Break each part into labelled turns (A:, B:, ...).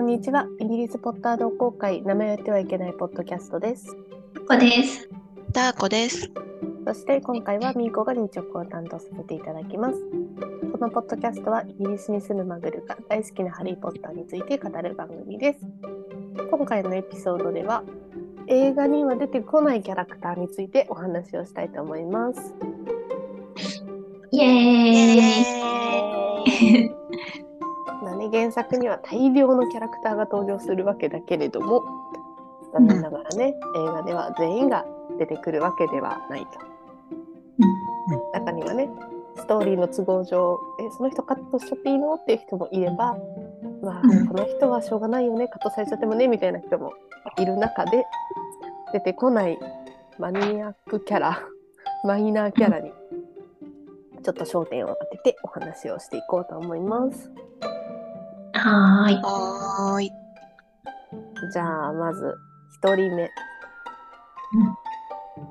A: んにちは。イギリスポッター同好会、名前を言ってはいけないポッドキャストです。
B: こです。
C: ダーコです。
A: そして今回はミーコが日直を担当させていただきます。このポッドキャストはイギリスに住むマグルが大好きなハリー・ポッターについて語る番組です。今回のエピソードでは映画には出てこないキャラクターについてお話をしたいと思います。
B: イエーイ。
A: だね、原作には大量のキャラクターが登場するわけだけれども残念ながらね、映画では全員が出てくるわけではないと中にはねストーリーの都合上えその人カットしちゃっていいのっていう人もいればまあ
B: うん
A: この人はしょうがないよねカットされちゃってもねみたいな人もいる中で出てこないマニアックキャラ マイナーキャラにちょっと焦点を当ててお話をしていこうと思います。
B: はーい。
C: はーい。
A: じゃあまず1人目。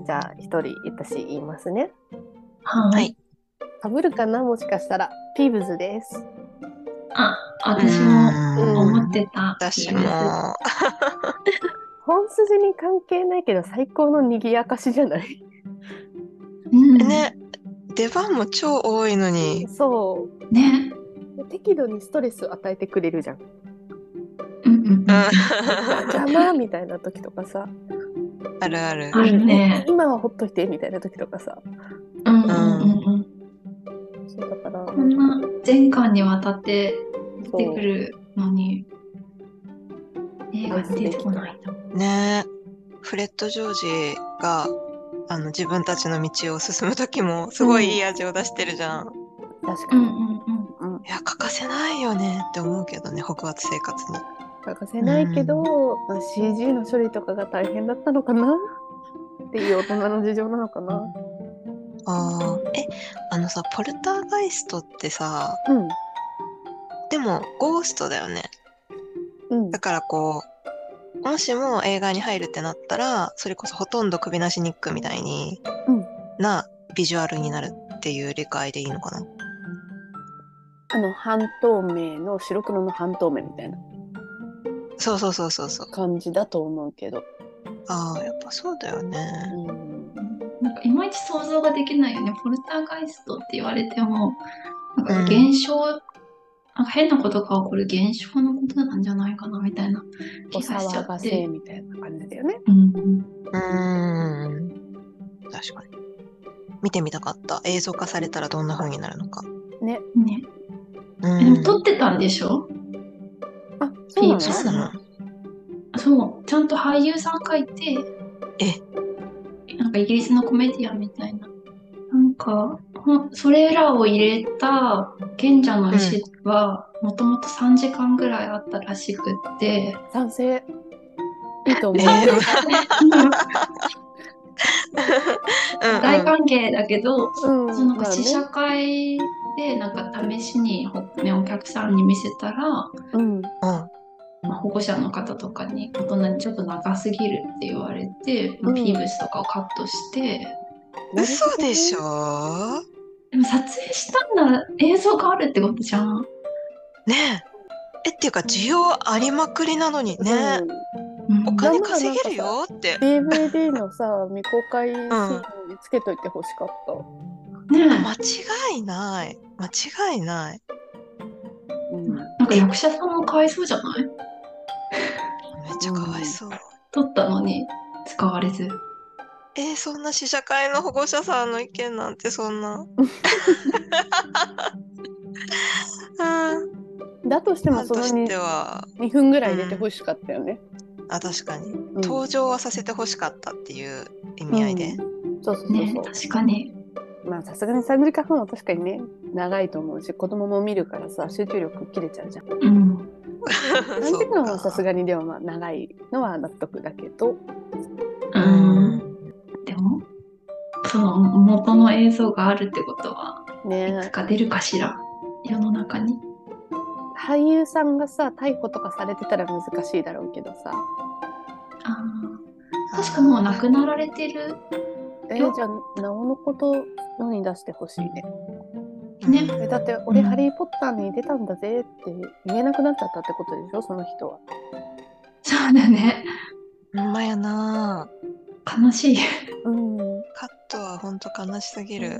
A: じゃあ1人私言いますね。
B: はー
C: はいい。
A: かぶるかなもしかしたらピーブズです。
B: あ、私も
A: うん
B: 思ってた。
C: 私も。あ
A: 本筋に関係ないけど最高の賑やかしじゃない
B: うん。ね。
C: ね、出番も超多いのに。
A: そ
B: ね。
A: う適度にストレス与えてくれるじゃん
B: うんうんうん。
C: うん
B: あ
A: 邪魔みたいな時とかさ
C: あるある。
B: るね。
A: 今はほっといてみたいな時とかさ
B: うんうんうんうん。
A: そうだから
B: こんな全巻にわたって出てくるのに、映画に出てこないんだ。
C: ねフレッド・ジョージが、あの、自分たちの道を進む時も、すごいいい味を出してるじゃん。
A: 確か
B: うんう
A: に
B: んうん。
C: いや、欠かせないよねって思うけどね、北伐生活に。
A: 欠かせないけど、まあ CG の処理とかが大変だったのかなっていう大人の事情なのかな
C: ああ。え、あのさ、ポルターガイストってさ、
A: うん
C: でも、ゴーストだよね。
A: うん
C: だからこう、もしも映画に入るってなったら、それこそほとんど首なしニックみたいに、
A: うん
C: なビジュアルになるっていう理解でいいのかな。
D: あの半透明の白黒の半透明みたいな
C: そうそうそうそうそう。
D: 感じだと思うけど、
C: ああ、やっぱそうだよね。
D: うん、
B: なんかいまいち想像ができないよね。ポルターガイストって言われても、なんか現象、なんか変なことが起こる現象のことなんじゃないかなみたいな
D: お
B: 気がしちゃ
D: 騒
B: っ
D: がせえ
B: て。
D: みたいな感じだよね。
B: うん、
C: うーん。確かに。見てみたかった。映像化されたらどんな風になるのか。
B: ね。
C: う
B: えでも
C: ん。
B: 撮ってたんでしょ
D: あ、そうなの
B: ピー
C: そうなの
B: そう。ちゃんと俳優さんがいて、なんかイギリスのコメディアンみたいな。なんか、ほんそれらを入れた賢者の石は、もともと3時間ぐらいあったらしく って、
D: 賛成。いいと思う。
C: えーうんうん
B: 大歓迎だけど、
A: うん
B: そのなん
A: ま
B: か
A: あね
B: 試写会でなんか試しに、ほね、お客さんに見せたら、
A: うん
C: うん
B: まあ、保護者の方とかに大人にちょっと長すぎるって言われて、
A: う
B: まあ、
A: ん
B: ピーブスとかをカットして、
C: 嘘でしょ
B: でも撮影したんなら映像があるってことじゃん。
C: ねえ。え、っていうか、需要ありまくりなのにね。
D: うん
B: うん
C: お金稼げるよって。
D: DVD のさ未公開シーンにつけといてほしかった。
B: ねえ
C: 間違いない。間違いない。
D: うん、
B: なんか役者さんもかわいそうじゃない
C: めっちゃかわいそう。
B: 撮ったのに使われず。
C: えーそんな試写会の保護者さんの意見なんてそんな。 うん、
D: だとして
C: ファ
D: も
C: ン
D: そ
C: と
D: の
C: して
D: 2,
C: は、
D: 2分ぐらい入れてほしかったよね。
C: あ、確かに。
D: うん
C: 登場はさせてほしかったっていう意味合い で。
D: そうそうそう
B: ねえ
D: そう。
B: 確かに。
D: まあさすがに3時間半は確かにね長いと思うし子供も見るからさ集中力切れちゃうじゃん。
B: うん。
D: 3時間はさすがにでもまあ長いのは納得だけど。
B: う。
C: うん
B: でも、その元の映像があるってことは、いつ
D: ね
B: か出るかしら世の中に。
D: 俳優さんがさ逮捕とかされてたら難しいだろうけどさ
B: あー確かもう亡くなられてる
D: え
B: よ
D: ー、じゃあなおのこと世に出してほしいね
B: ね
A: えだって俺
B: うん
A: ハリー・ポッターに出たんだぜって言えなくなっちゃったってことでしょその人は。
B: そうだね。
C: ほんまやな
B: 悲しい。
A: うん。い
C: カットはほんと悲しすぎる。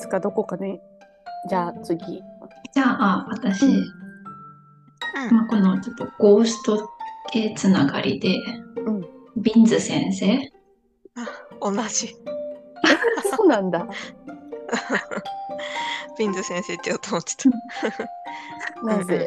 A: つかどこかね。じゃあ 次。
B: じゃあ、私、
C: うん
B: まあ、このちょっとゴースト系つながりで、
A: ん
B: ビンズ先生
C: 同じ。
A: そうなん だ。
C: ビンズ先生って言おうと思ってた。
A: なぜ？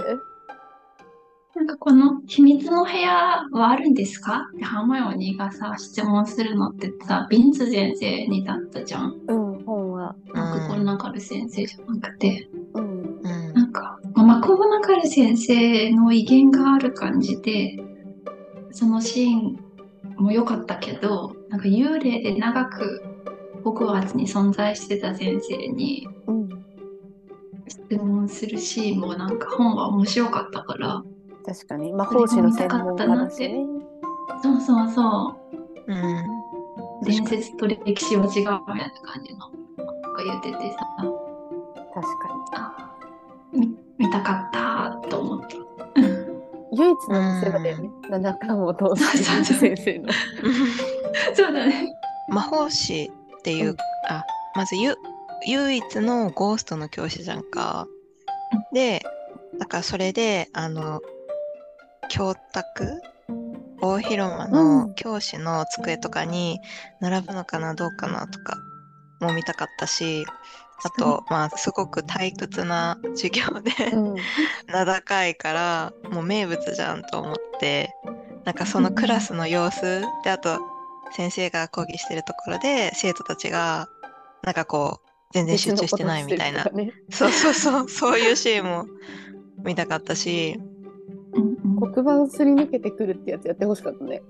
B: なんかこの秘密の部屋はあるんですかってハーマイオニーがさ、質問するのってさ、ビンズ先生にだったじゃん。
A: うん本は。
B: マクゴナガル先生じゃなくて。
A: うん。
C: うん
B: なんか、まあマクゴナガル先生の威厳がある感じで、そのシーンも良かったけど、なんか幽霊で長くホグワーツに存在してた先生に
A: うん。
B: 質問するシーンもなんか本は面白かったから、
A: 確かに魔法師の専門家だしね。
B: そうそうそう、
C: うん
B: 伝説と歴史は違うみたいな感じのが言っててさ
A: 確か
B: あ見見たかったと思った
A: に。唯一の見せ場だよね。七巻を通
B: そう
A: し
B: そう
A: て先生の。
B: そうだね
C: 魔法師っていう、
A: うん
C: あまずゆ唯一のゴーストの教師じゃんか
B: うん。
C: でだからそれであの教卓大広間
A: う
C: の
A: ん
C: 教師の机とかに並ぶのかなどうかなとかも見たかったしあとまあすごく退屈な授業で
A: うん。
C: 名高いからもう名物じゃんと思ってなんかそのクラスの様子であと先生が講義してるところで生徒たちがなんかこう全然集中してないみたいな
A: 別のことしてるとかね
C: そうそうそうそういうシーンも見たかったし、
B: うんうん
A: 黒板すり抜けてくるってやつやってほしかったね。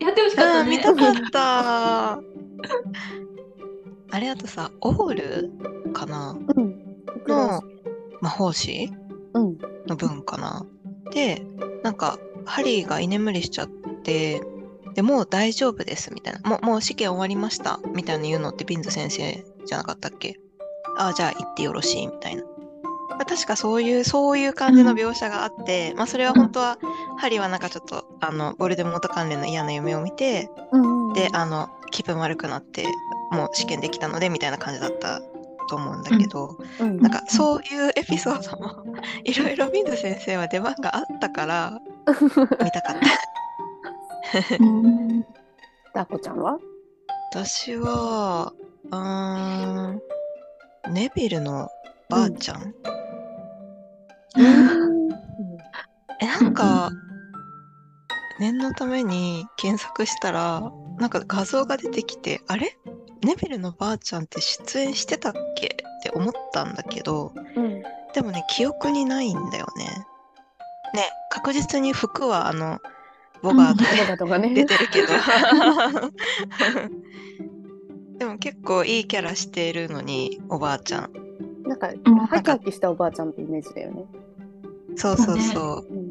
B: やってほしかった
C: うん、
B: ね
C: 見たかったあれあとさオールかな
A: うん。
C: の魔法師
A: うん。
C: の分かな。で、なんか、ハリーが居眠りしちゃって、でもう大丈夫ですみたいな。もう、もう試験終わりましたみたいな言うのってビンズ先生じゃなかったっけああ、じゃあ行ってよろしいみたいな。まあ確かそういう、そういう感じの描写があって、まあそれは本当は、ハリーはなんかちょっと、あの、ボルデモート関連の嫌な夢を見て、
A: うん。
C: で、あの、気分悪くなって、もう試験できたのでみたいな感じだったと思うんだけど、
A: うん
C: なんかそういうエピソードも いろいろ水先生は出番があったから見たかった。
B: うん
A: ダーコちゃんは
C: 私はうーんネビルのばあちゃん、えなんか念のために検索したらなんか画像が出てきてあれネビルのばあちゃんって出演してたっけって思ったんだけど
A: うん。
C: でもね、記憶にないんだよね。ね、確実に服はあの、ボガート
A: とかとかね。
C: で出てる けど。でも結構いいキャラしてるのに、おばあちゃん。
A: なんか、
B: うん
A: ハキハキしたおばあちゃんってイメージだよね。
C: そうそうそう。
A: うん。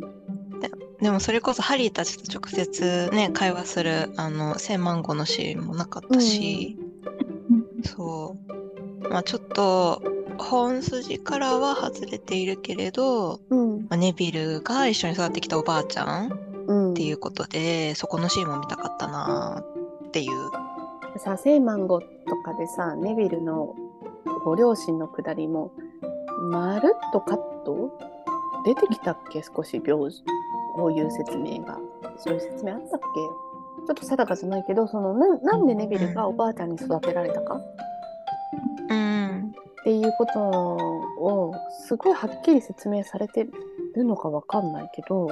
C: でもそれこそハリーたちと直接ね、会話する、あの、千万語のシーンもなかったし、そう。まあちょっと、本筋からは外れているけれど、
A: うん。
C: まあネビルが一緒に育ってきたおばあちゃん
A: うん。
C: っていうことで、そこのシーンも見たかったなーっていう。
A: さセイマンゴとかでさネビルのご両親のくだりもまるっとカット出てきたっけ少し秒こういう説明がそういう説明あったっけちょっと定かじゃないけどそのななんでネビルがおばあちゃんに育てられたか
C: うん。
A: っていうことをすごいはっきり説明されてるのかわかんないけど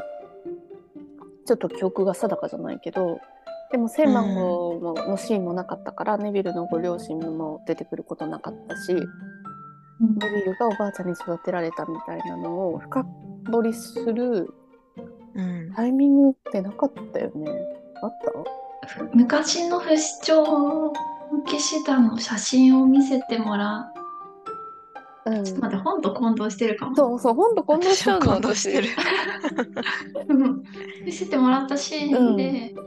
A: ちょっと記憶が定かじゃないけどでも千万号ものシーンもなかったから、ネビルのご両親も出てくることなかったしネ
B: うん
A: ビルがおばあちゃんに育てられたみたいなのを深掘りする
C: うん。
A: タイミングってなかったよねあった
B: 昔の不死鳥の騎士団の写真を見せてもら
A: う
B: う。
A: ん
B: ちょっと待って、本と混同してるかも。
A: そうそうほんとこんな
C: 私も混同してる。
B: うん見せてもらったシーンで、
C: うん。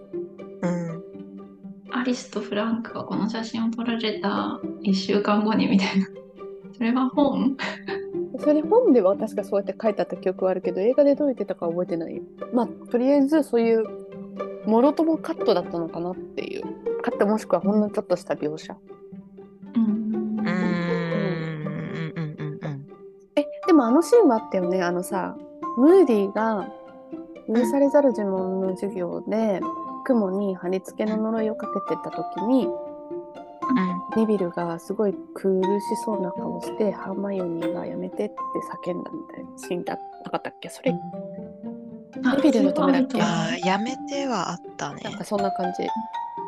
B: アリスとフランクがこの写真を撮られた1週間後にみたいな。それは本
A: それ本では確かそうやって書いてあった記憶はあるけど映画でどう言ってたか覚えてないまあとりあえずそういうもろともカットだったのかなっていうカットもしくはほんのちょっとした描写
B: うん
C: うーんうんうんうん
A: えでもあのシーンはあったよねあのさムーディが許されざる呪文の授業で雲に貼り付けの呪いをかけてた時に
C: うん
A: ネビルがすごい苦しそうな顔してハーマイオニーがやめてって叫んだみたいなシーンだったかったっけそれ
B: あ
A: ネビルのためだっけ
B: そう
C: あ
B: あ
C: ーやめてはあったね
A: なんかそんな感じ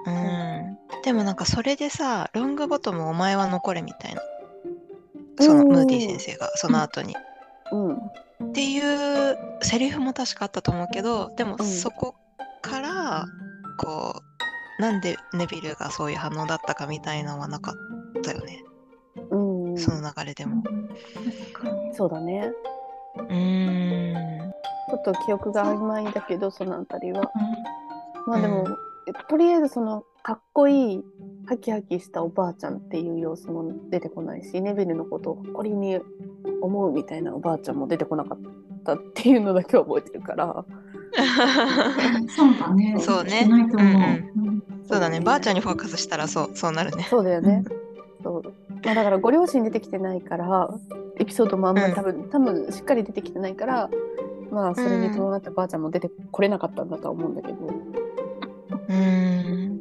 C: うんでもなんかそれでさロングボトムお前は残れみたいな
A: うん
C: そのムーディ先生がその後に、
A: うん
C: っていうセリフも確かあったと思うけどでも
A: うん
C: そこからこうなんでネビルがそういう反応だったかみたいなのはなかったよね
A: うん、
C: その流れで
B: る
C: も
B: と思う確かに
A: そうだね
C: うー ん
A: ちょっと記憶が曖昧だけどそのあたりはまあでも、
C: うん
A: えとりあえずそのかっこいいハキハキしたおばあちゃんっていう様子も出てこないしネビルのことを誇りに思うみたいなおばあちゃんも出てこなかったっていうのだけは覚えてるから
B: そうだね。
C: そうね
B: してないと思う。
C: そう
A: そう
C: だね
A: ね
C: ばあちゃんにフォーカスしたらそうそうなるね
A: そうだよねそう、まあ、だからご両親出てきてないからエピソードもあんまり多分、多分しっかり出てきてないからまあそれに伴ってばあちゃんも出てこれなかったんだとは思うんだけど、
C: うーん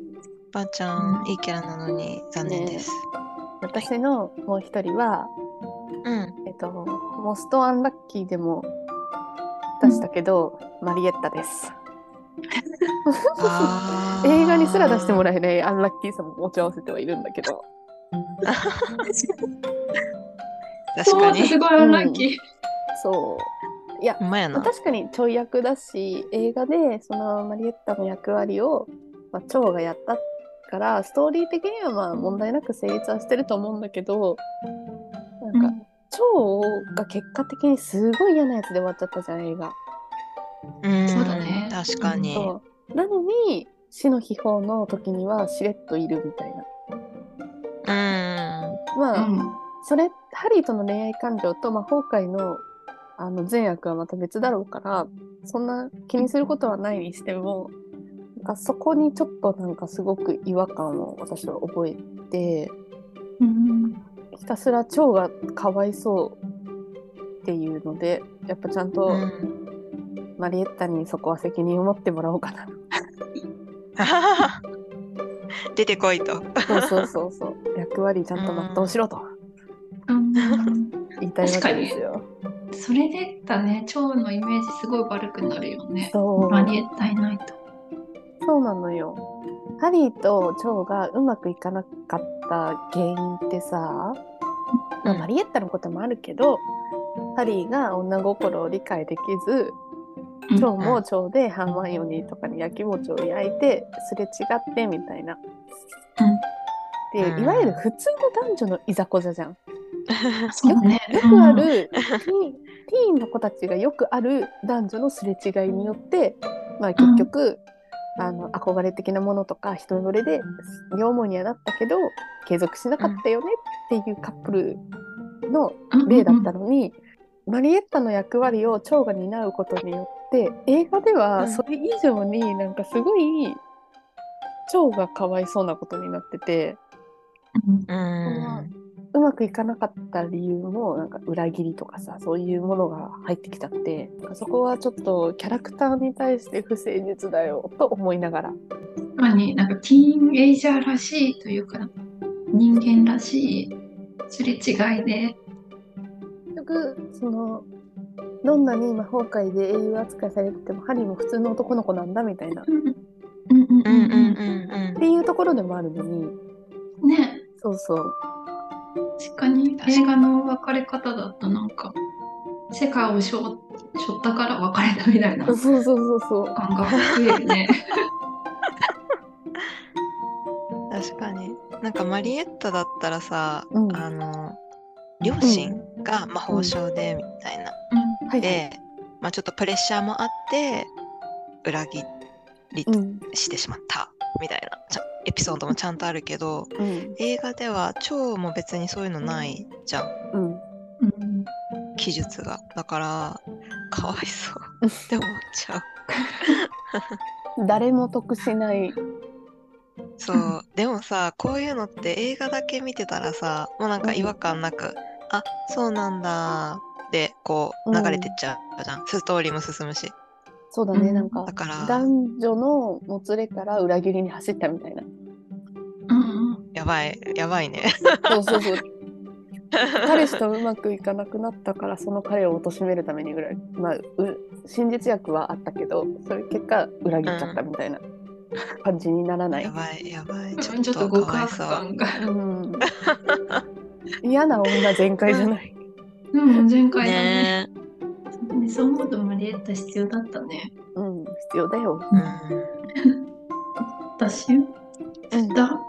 C: ばあちゃんいいキャラなのに残念です、
A: 私のもう一人は
C: うん
A: えっと、モストアンラッキーでも出したけど、マリエッタです。
C: あー
A: 映画にすら出してもらえないアンラッキーさも持ち合わせてはいるんだけ ど、
C: 確
B: そう
C: か
B: 思うと
C: に
B: すごいアンラッキー。
A: そう。いや
C: う、まや
A: まあ
C: な
A: 確かにちょい役だし、映画でそのマリエッタの役割を、まあ、チョウがやったから、ストーリー的にはまあ問題なく成立はしてると思うんだけど、なんか、チョウが結果的にすごい嫌なやつで終わっちゃったじゃん、映画。
C: ん
B: そうだね
C: 確かに
A: そうなのに死の秘宝の時にはしれっといるみたいな
C: うん
A: まあ、
B: うん
A: それハリーとの恋愛感情と魔法界のあの善悪はまた別だろうからそんな気にすることはないにしてもなんかそこにちょっとなんかすごく違和感を私は覚えて
B: うん
A: ひたすら蝶がかわいそうっていうのでやっぱちゃんと
C: うん
A: マリエッタにそこは責任を持ってもらおうか な
C: あはは 出てこいと
A: そうそうそうそう役割ちゃんと全うしろと
B: うん
A: 言いたいわけですよ。
B: それでだね、蝶のイメージすごい悪くなるよね。
A: そう
B: マリエッタいないと。
A: そうなのよ。ハリーとチョウがうまくいかなかった原因ってさ、まあマリエッタのこともあるけど、ハリーが女心を理解できず、
B: うん
A: チョウもチョウでハーマイオニーとかに焼き餅を焼いてすれ違ってみたいな。っていうう、
C: ん
A: いわゆる普通の男女のいざこざじゃん。
B: そうだね。
A: よくある、ティーンティーンの子たちがよくある男女のすれ違いによって、まあ、結局、あの憧れ的なものとか人ぞれで両思いにはなったけど継続しなかったよねっていうカップルの
B: うん
A: 例だったのに、マリエッタの役割を蝶が担うことによって映画ではそれ以上になんかすごい蝶がかわいそうなことになってて。
B: うん
C: う
A: うんうまくいかなかった理由もなんか裏切りとかさそういうものが入ってきちゃってそこはちょっとキャラクターに対して不誠実だよと思いながら
B: 確かになんかティーンエイジャーらしいというか人間らしいすれ違いで
A: 結局そのどんなに魔法界で英雄扱いされててもハリーも普通の男の子なんだみたいなっ
B: うんうんうん
C: うんうん
B: う
C: うん
A: ていうところでもあるのに
B: んね
A: そうそう
B: 確かに映画の別れ方だったなんか世界をしょしょったから別れたみたいな
A: そうそうそうそう
B: 感が増えるね
C: うん確かになんかマリエッタだったらさ、
A: うん
C: あの両親が魔法省でみたいな、
B: う
A: はい
B: ん
A: はい
C: で、まあ、ちょっとプレッシャーもあって裏切り
A: うん
C: してしまったみたいなちゃエピソードもちゃんとあるけど
A: うん
C: 映画では蝶も別にそういうのないじゃん
A: うん
B: うん
C: 記述がだからかわいそうって思っちゃ う
A: 誰も得しない
C: そうでもさこういうのって映画だけ見てたらさもうなんか違和感なく「あそうなんだ」でこう流れてっちゃうじゃん、ストーリーも進むし
A: そうだね、
B: うん
A: なんか
C: だから
A: 男女のもつれから裏切りに走ったみ たいな
B: うんうん
C: やばいやばいね
A: そうそうそう彼氏とうまくいかなくなったからその彼を貶めるために裏まあう真実役はあったけどそれ結果裏切っちゃったみたいな感じにならない
C: や、ばいやばい
B: ち
C: ち
B: ょ
C: ょ
B: っ
C: っ
B: と互
C: とかわい
B: 角
C: そう
B: 感が。
A: うん、嫌な女全開じゃない
B: うん、前回だね。
C: ね
B: ねそう思うとマリエッタ必要だったね。
A: うん必要だよ
C: うん
B: 私、だ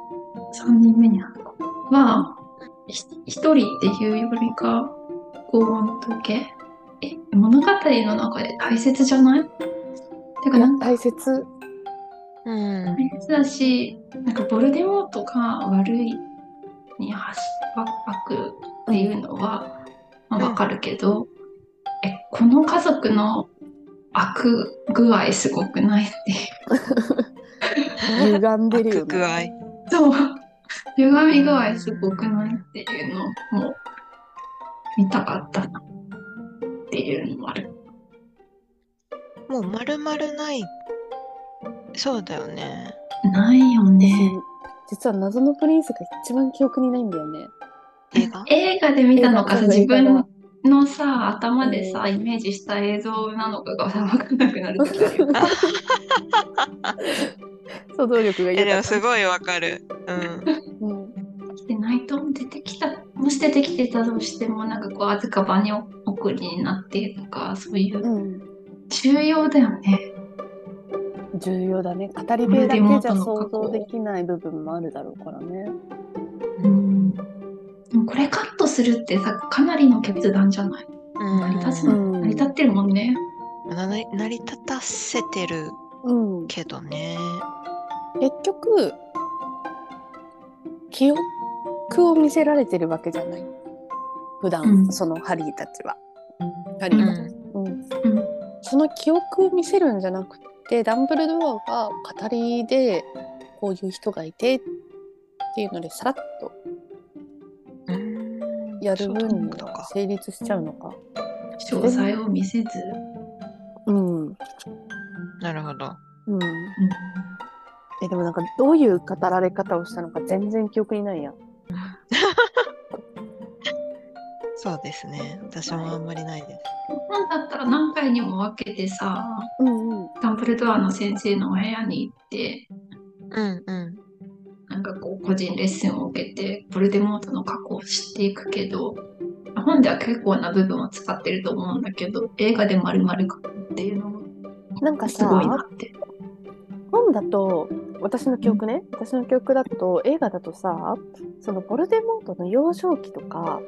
B: 3人目になるのは、ひ一人っていうよりか、ご音とけ。え、物語の中で大切じゃないてか、
A: いや
B: なんか
A: 大切
C: うん
B: 大切だし、なんかボルデモートが悪いに走ばっくっていうのは、まあ、わかるけど、え、この家族の悪具合すごくないっていう。
A: 歪んでるよ
C: 悪具
A: ね
C: 合
B: そう。歪み具合すごくないっていうのも見たかったなっていうのもある。
C: もう丸々ないそうだよね
B: ないよね。
A: 実は謎のプリンスが一番記憶にないんだよね
C: 映画
B: 映画で見たのかさ、
A: 映画
B: 自
A: 映画
B: 分
A: が
B: のさ、頭でさ、イメージした映像なのかがさ、わかんなくなる時あるよ。
A: 想像力が
C: えで
A: 豊
C: も
A: か
C: すごいわかるうん
A: うん
B: で、ナイトも出てきた、もし出てきてたとしても、なんかこう、あずか場に送りになってとか、そういう、
A: うん、
B: 重要だよね。
A: 重要だね語り部だけ
B: リモー
A: じ
B: ト
A: ゃ
B: の加
A: 想
B: 工
A: 像できない部分もあるだろうからね
B: うん。でもこれカットするってさ、かなりの決断じゃない成り立つ
A: う
B: の
A: ん
B: 成り立ってるもんね。
C: なな成り立たせてる
A: うん、結
C: けどね
A: 局記憶を見せられてるわけじゃない普段、
B: うん
A: そのハリーたちはハ
C: う
A: リーが、
C: ん
A: うん
B: うん
A: その記憶を見せるんじゃなくてダンブルドアが語りでこういう人がいてっていうのでさらっと
C: うん
A: やる
C: そういう
A: 分
C: こと
A: が
C: か
A: 成立しちゃうのか
B: 詳細を見せず。
A: うん、うん、
C: なるほど
A: えでもなんかどういう語られ方をしたのか全然記憶にないや
C: そうですね私もあんまりないです
B: なんだったら何回にも分けてさ、
A: うんうん
B: ダンブルドアの先生のお部屋に行って、
C: うんうん
B: なんかこう、個人レッスンを受けて、ボルデモートの過去を知っていくけど、本では結構な部分を使ってると思うんだけど、映画で丸々書くっていうの
A: なんか
B: が
A: さ
B: すごいなって。
A: 本だと私の記憶ね、私の記憶だと映画だとさそのボルデモートの幼少期とか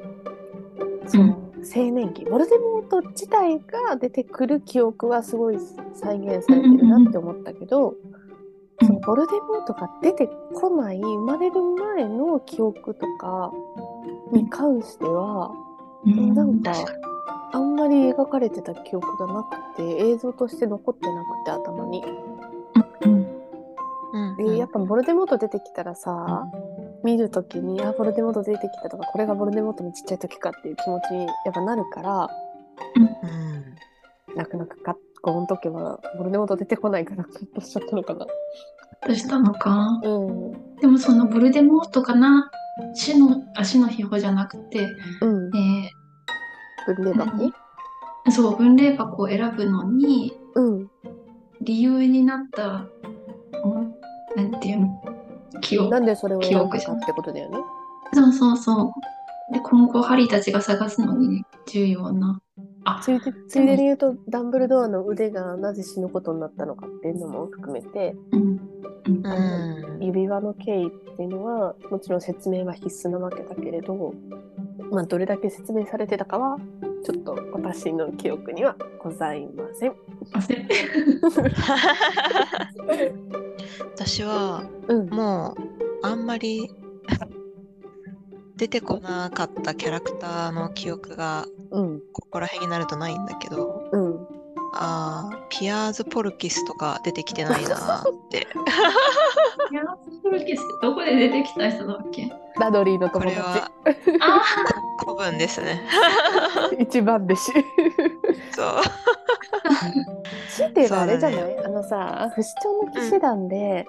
A: その青年期、ボルデモート自体が出てくる記憶はすごい再現されてるなって思ったけど、
B: うん
A: そのボルデモートが出てこない生まれる前の記憶とかに関しては、
B: うん
A: なんか
B: 確かに
A: あんまり描かれてた記憶がなくて映像として残ってなくて頭に。
B: うん
C: うん
A: でやっぱボルデモート出てきたらさ見るときにあボルデモート出てきたとかこれがボルデモートのちっちゃい時かっていう気持ちにやっぱなるから
C: うん
A: 泣く泣くかこの時はボルデモート出てこないからカッとしちゃったのかな。
B: どうしたのか
A: うん
B: でもそのボルデモートかな死の、あ死の秘宝じゃなくて、
A: うん
B: え。ー
A: 分類箱
B: 何そう分類箱を選ぶのに
A: うん。
B: 理由になったうんなんていうの記憶
A: なんでそれを選ぶかってことだよね。
B: そうそうそうで今後ハリーたちが探すのに重要なあ
A: ついでついでに言うとダンブルドアの腕がなぜ死ぬことになったのかっていうのも含めて
B: うんうん
C: うん
A: 指輪の経緯っていうのはもちろん説明は必須なわけだけれど、まあ、どれだけ説明されてたかはちょっと私の記憶にはございません。
B: 焦って
C: 私は
A: うん
C: もうあんまり 出てこなかったキャラクターの記憶が
A: うん
C: ここら辺になるとないんだけど
A: うん
C: あーピアーズ・ポルキスとか出てきてないなーって
B: いや、ソルキスってどこで出てきた人だっけ
A: ラドリーの
C: こ
A: 友
C: れ
A: 達
C: は
B: あ
C: 古文ですね
A: 一番弟 子
C: そう
A: 強いて言えばあれじゃない、
C: そう
A: あのさ不死鳥の騎士団で、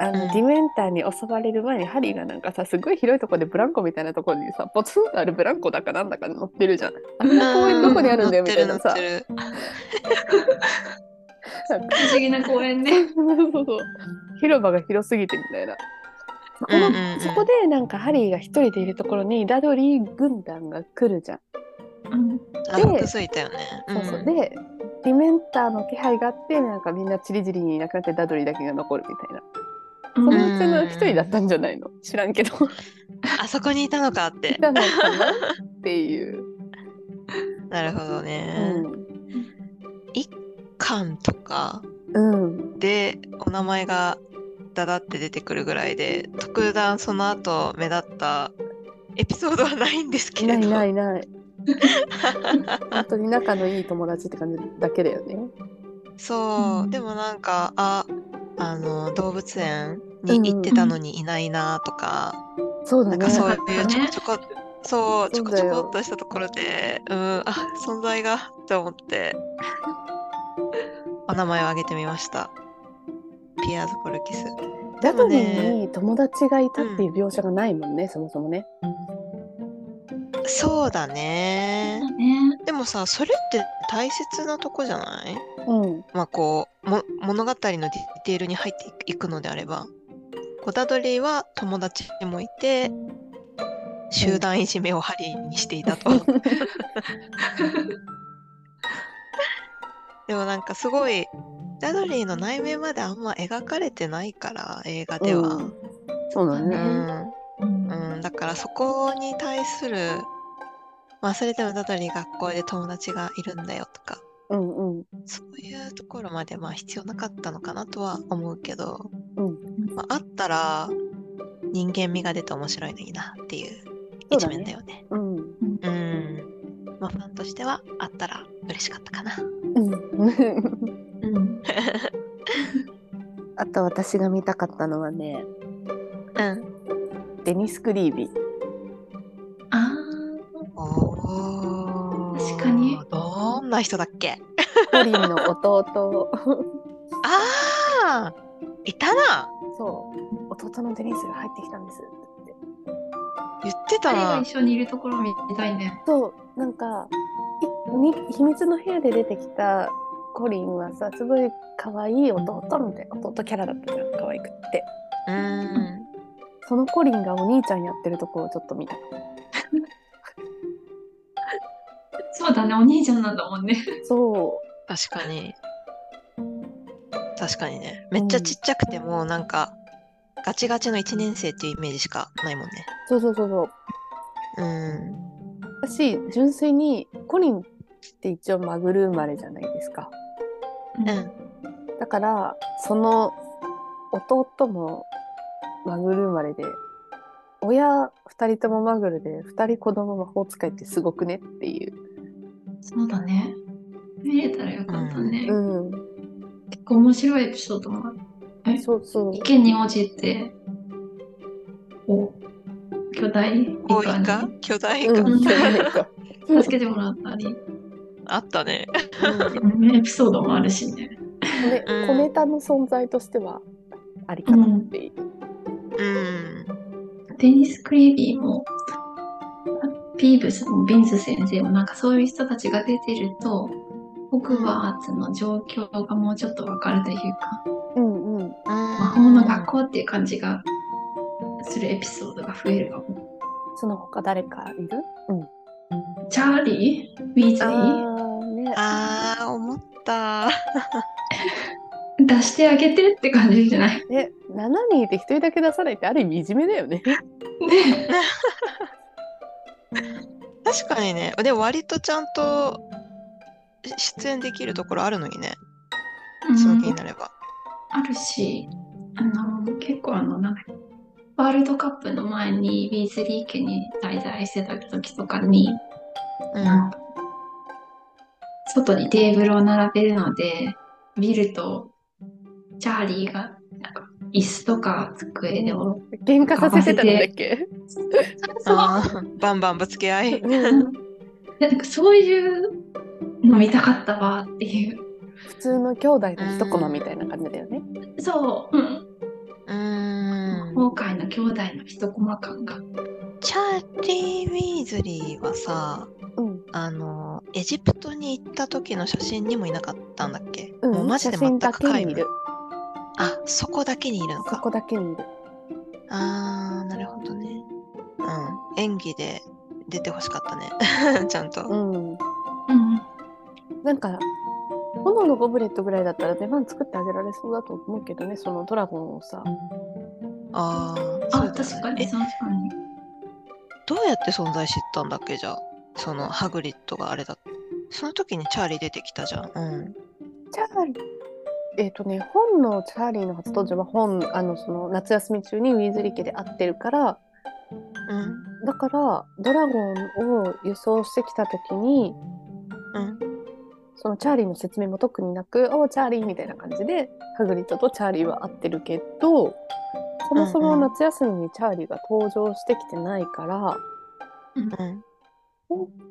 A: あの
C: うん
A: ディメンターに襲われる前にハリーがなんかさすごい広いところでブランコみたいなところにさポツンとあるブランコだかなんだか乗ってるじゃんあんな公園どこにあるんだよみたいなさ
C: 乗ってる乗ってる
B: 不思議な公園ね。
A: そうそうそう広場が広すぎてみたいな。そこの
C: うんうんうん
A: そこでなんかハリーが一人でいるところにダドリー軍団が来るじゃん。
B: うん
C: あ
A: で
C: のくずいたよね
A: そうそううんでディメンターの気配があってなんかみんなチリジリにいなくなってダドリーだけが残るみたいな
B: う
A: そ
B: ん
A: のうちの一人だったんじゃないの知らんけど
C: あそこにいたのかって
A: いたのかなっていう。
C: なるほど
A: う
C: ね。
A: ん
C: カンとか
A: うん、
C: でお名前がだだって出てくるぐらいで特段その後目立ったエピソードはないんですけ
A: な
C: れ
A: い
C: ど。
A: ない ない本当に仲のいい友達って感じだけだよね。
C: そう、
B: うん
C: でもなんかああの動物園に行ってたのにいないなとか、
A: そうだ
C: な
A: ね
C: んかそう
B: ね
C: いうちょこちょこ、そうち
A: そ
C: ょ
A: う
C: こ
A: だ
C: ち
A: よ
C: ょこっとしたところでうんあ存在がって思ってお名前を挙げてみました。ピアーズ・ポルキス。
A: ダドリ
C: で
A: ー
C: も
A: に友達がいたっていう描写がないもんね、そもそもね。
C: そうだね。
B: ね。
C: でもさそれって大切なとこじゃない
A: うん、
C: まあこうも物語のディテールに入っていくのであればコダドリーは友達もいて集団いじめをハリーにしてい たとでもなんかすごいダドリーの内面まであんま描かれてないから映画では、
A: うんそうだ
C: う
A: ね。
C: んうん、だからそこに対するまあそれでもダドリー学校で友達がいるんだよとか
A: うんうん
C: そういうところまでまあ必要なかったのかなとは思うけど、
A: うん
C: まあ、あったら人間味が出て面白いのになっていう
A: そう
C: 一
A: だね
C: 面だよね。
A: うん
C: ううん。まあファンとしてはあったら嬉しかったか な。
A: うん。
B: うん。
A: あと私が見たかったのはね、
C: うん。
A: デニス・クリービー。
B: あ
C: おー
B: 確かに。
C: どんな人だっけ
A: コリンの 弟。
C: ああいたな
A: そう。弟のデニスが入ってきたんです。
C: 言って
B: あ、
C: た
B: 彼が
C: な。
B: 一緒にいるところ見たいね。
A: そう、なんか、いに秘密の部屋で出てきたコリンはさ、すごい可愛い弟みたいな、弟キャラだったじゃん、可愛くって。
C: うん。
A: そのコリンがお兄ちゃんやってるとこをちょっと見た。
B: そうだね、お兄ちゃんなんだもんね。
A: そ
C: 確かに。確かにね。めっちゃちっちゃくても、なんか、ガチガチの1年生っていうイメージしかないもんね
A: う、そうそうそうそう。
C: うん。
A: 私、純粋にコリンって一応マグル生まれじゃないですか。
C: うん。
A: だからその弟もマグル生まれで親2人ともマグルで2人子供魔法使いってすごくねっていう、
B: そうだね。見れたらよかったね。
A: うん、
B: 結構面白いエピソードもある。え
A: そうそう
B: 意見に応じて、お、巨大イ
C: 多い
B: カ
C: か
B: に
C: 巨大
A: う
C: 化、
A: ん そうなんか
B: 助けてもらったり、
C: あったね。
B: うんエピソードもあるしね。
A: ね
C: うん
A: 小ネタの存在としてはありかなっていう、
C: うん。
B: デニス・クリービーも、ピーブスもビンズ先生も、なんかそういう人たちが出てると、ホクワーツの状況がもうちょっとわかるというか、
A: うんうん
B: 魔法の学校っていう感じがするエピソードが増えるかも。
A: その他誰かいるうん
B: チャーリー・ウィーズリー
A: あーね
C: ああ、思った。
B: 出してあげてって感じじゃない
A: ね7人いて1人だけ出さないってある意味いじめだよ ね
B: ね。
C: 確かにね。で、割とちゃんとし出演できるところあるのにね。
B: う
C: その気に
B: ん、
C: なれば。
B: あるし、あの結構あのなんかワールドカップの前にビーズリー家に滞在してた時とかに、なんか外にテーブルを並べるのでビルとチャーリーがなんか椅子とか机を
E: 喧嘩させてたんだっけ
C: あーバンバンぶつけ合 い。
B: なんかそういうの見たかったわっていう
A: 普通の兄弟の一コマみたいな感じだよね。
B: そう、うん、
C: うーん。
B: 今回の兄弟の一コマ感が
C: チャーリー・ウィーズリーはさ、
A: うん
C: あのエジプトに行った時の写真にもいなかったんだっけ、
A: うん
C: もうマジで
A: 写
C: 全
A: 真
C: く
A: だけ
C: 皆
A: にい
C: 無
A: る。
C: あそこだけにいる
A: そ
C: のか
A: こだけにいる。
C: あーなるほどねうん演技で出てほしかったね ちゃんと
A: うん。
B: うん
A: なんか、炎のゴブレットぐらいだったら出番作ってあげられそうだと思うけどね、そのドラゴンをさ。
C: あー
B: あ、
C: そうだよね
B: 確かに
C: え
B: 確かに
C: どうやって存在してたんだっけじゃあそのハグリッドがあれだその時にチャーリー出てきたじゃんうん
A: チャーリー。えっ、とね、本のチャーリーの初登場は本、あの、その夏休み中にウィーズリー家で会ってるから、
C: うん
A: だからドラゴンを輸送してきた時に
C: うん
A: そのチャーリーの説明も特になく「おうチャーリー」みたいな感じでハグリッドとチャーリーは会ってるけどそもそも
C: うんうん
A: 夏休みにチャーリーが登場してきてないから
C: うん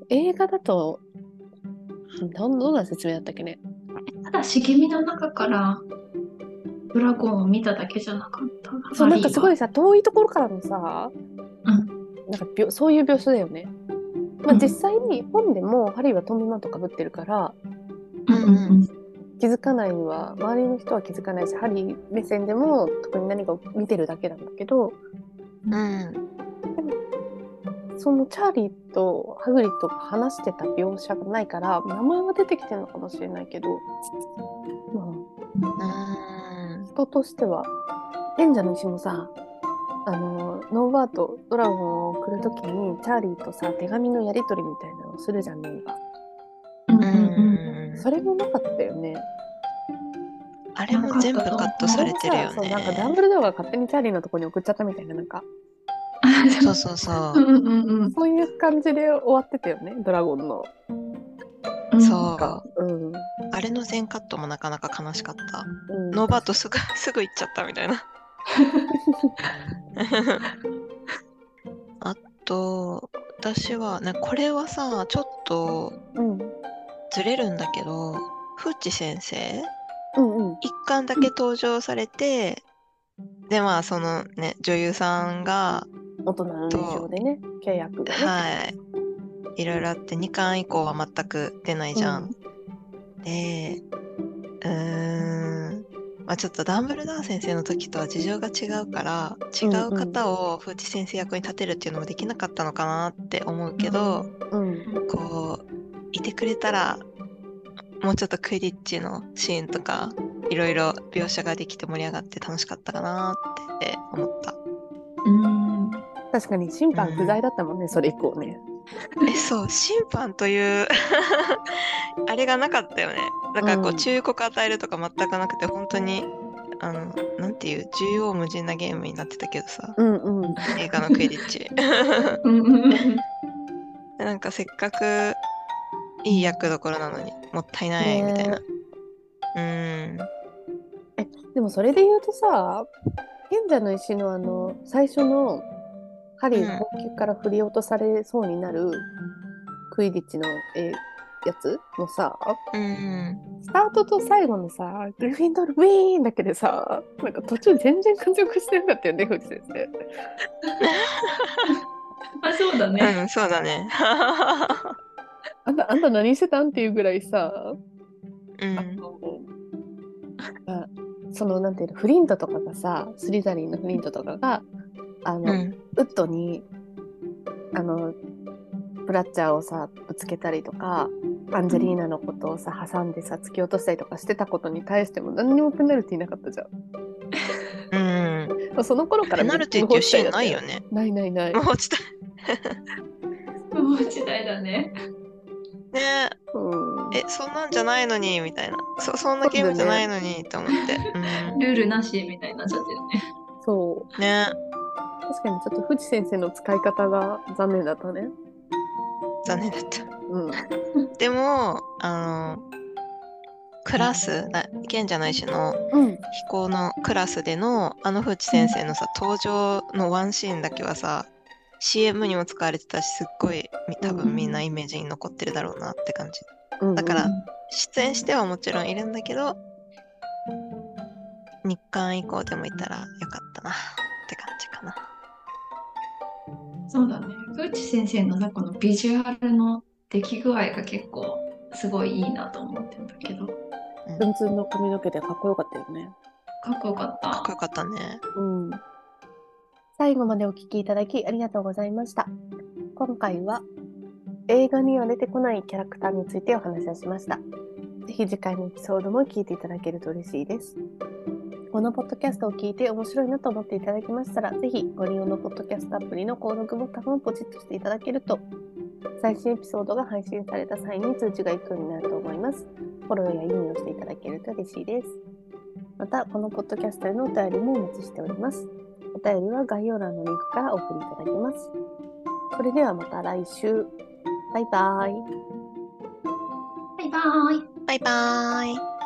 A: 映画だとなんどんな説明だったっけね
B: ただ茂みの中からドラゴンを見ただけじゃなかった
A: そうなんかすご
B: い、
A: いさ遠いところからのさ、
B: うん
A: なんかびょそういう描写だよね。まあ、
B: うん
A: 実際に本でもハリーはトンビマントかぶってるから
B: うんうん
A: 気づかないには周りの人は気づかないしハリー目線でも特に何かを見てるだけなんだけど
C: うん
A: そのチャーリーとハグリッドが話してた描写がないから名前は出てきてるのかもしれないけど、ま
B: うん
C: うん
A: あ、人としては賢者の石もさあのノーバーとドラゴンを送る時にチャーリーとさ手紙のやり取りみたいなのをするじゃんね今
B: うん
C: う
B: うん
C: ん
A: それもなかったよね
C: あれも全部カットされてるよ
A: あれもさそうなんかダン
C: ね。
A: ブルドアが勝手にチャーリーのとこに送っちゃったみたいななんか
B: あで
C: そう
B: も
C: そうそ
B: う。
C: う
B: んうんうん
A: そういう感じで終わってたよねドラゴンの
B: うん
C: そう。
A: かうん
C: あれの全カットもなかなか悲しかった。
A: うん
C: ノーバートすぐ すぐ行っちゃったみたいな。あと、私は、ね、これはさ、ちょっと
A: うん
C: ずれるんだけど、フーチ先生、
A: うんうん
C: 一巻だけ登場されて、で、まあ、そのね、女優さんが、
A: 大人の事情でね契約がね、
C: はい。いろいろあって、2巻以降は全く出ないじゃん。で、うーん、まあ、ちょっとダンブルダー先生の時とは事情が違うから、違う方を風知先生役に立てるっていうのもできなかったのかなって思うけど、
A: うん
C: こう、いてくれたら、もうちょっとクイディッチのシーンとか、いろいろ描写ができて盛り上がって楽しかったかなって思った。
B: うん
A: 確かに審判不在だったもんね、それ以降ね
C: えそう審判という あれがなかったよねだからこう、
A: うん
C: 忠告与えるとか全くなくて本当にあのなんていう縦横無尽なゲームになってたけどさ
A: うんうん
C: 映画のクイディッ チ
B: うんうんうん
C: なんかせっかくいい役どころなのにもったいないみたいな、
A: でもそれで言うとさ賢者の石のあの最初のハリーが本級から振り落とされそうになるクイディッチのえやつのさ
C: うーんうん
A: スタートと最後のさグリフィンドールウィーンだけでさなんか途中全然活躍してなかったよね藤先生
B: あそうだね
C: うんそうだね
A: あんたあんた何してたんっていうぐらいさ
C: う
A: あ
C: ん
A: のあそのなんていうのフリントとかがさスリザリンのフリントとかがあの、
C: うん
A: ウッドにあのブラッチャーをさぶつけたりとかアンジェリーナのことをさ挟んでさ突き落としたりとかしてたことに対しても何にもペナルティーなかったじゃん
C: うん
A: まあその頃から
C: ペナルティっていうシーンないよね
A: ないないない
C: もう落ちた
B: もう時代だね
C: ね
A: うん
C: ええ、そんなんじゃないのにみたいな。そそんなゲームじゃないのにと思って。うん
B: ルールなしみたいになっちゃってるね。
F: そう
C: ね。
F: 確かにちょっと藤先生の使い方が残念だったね
C: 残 念だった。
F: うん
C: でも、あの、クラス、な賢者の石の
F: うん
C: 飛行のクラスでのあの藤先生のさ登場のワンシーンだけはさ CM にも使われてたしすっごいみ多分みんなイメージに残ってるだろうなって感じ
F: うん
C: だから出演してはもちろんいるんだけど日刊以降でもいたらよかったなって感じかな
B: そうだね。古内先生の中のビジュアルの出来具合が結構すごいいいなと思ってんだけど、
F: ツンツンの髪の毛でかっこよかったよね
B: かっこよかっ
C: かったこ。よかったね
F: うん
A: 最後までお聞きいただきありがとうございました。今回は映画には出てこないキャラクターについてお話をしました。ぜひ次回のエピソードも聞いていただけると嬉しいです。このポッドキャストを聞いて面白いなと思っていただきましたら、ぜひご利用のポッドキャストアプリの購読ボタンをポチッとしていただけると、最新エピソードが配信された際に通知が行くようになると思います。フォローやいいねをしていただけると嬉しいです。また、このポッドキャストへのお便りもお待ちしております。お便りは概要欄のリンクからお送りいただけます。それではまた来週。バイバイ。
B: バイバーイ。
C: バイバーイ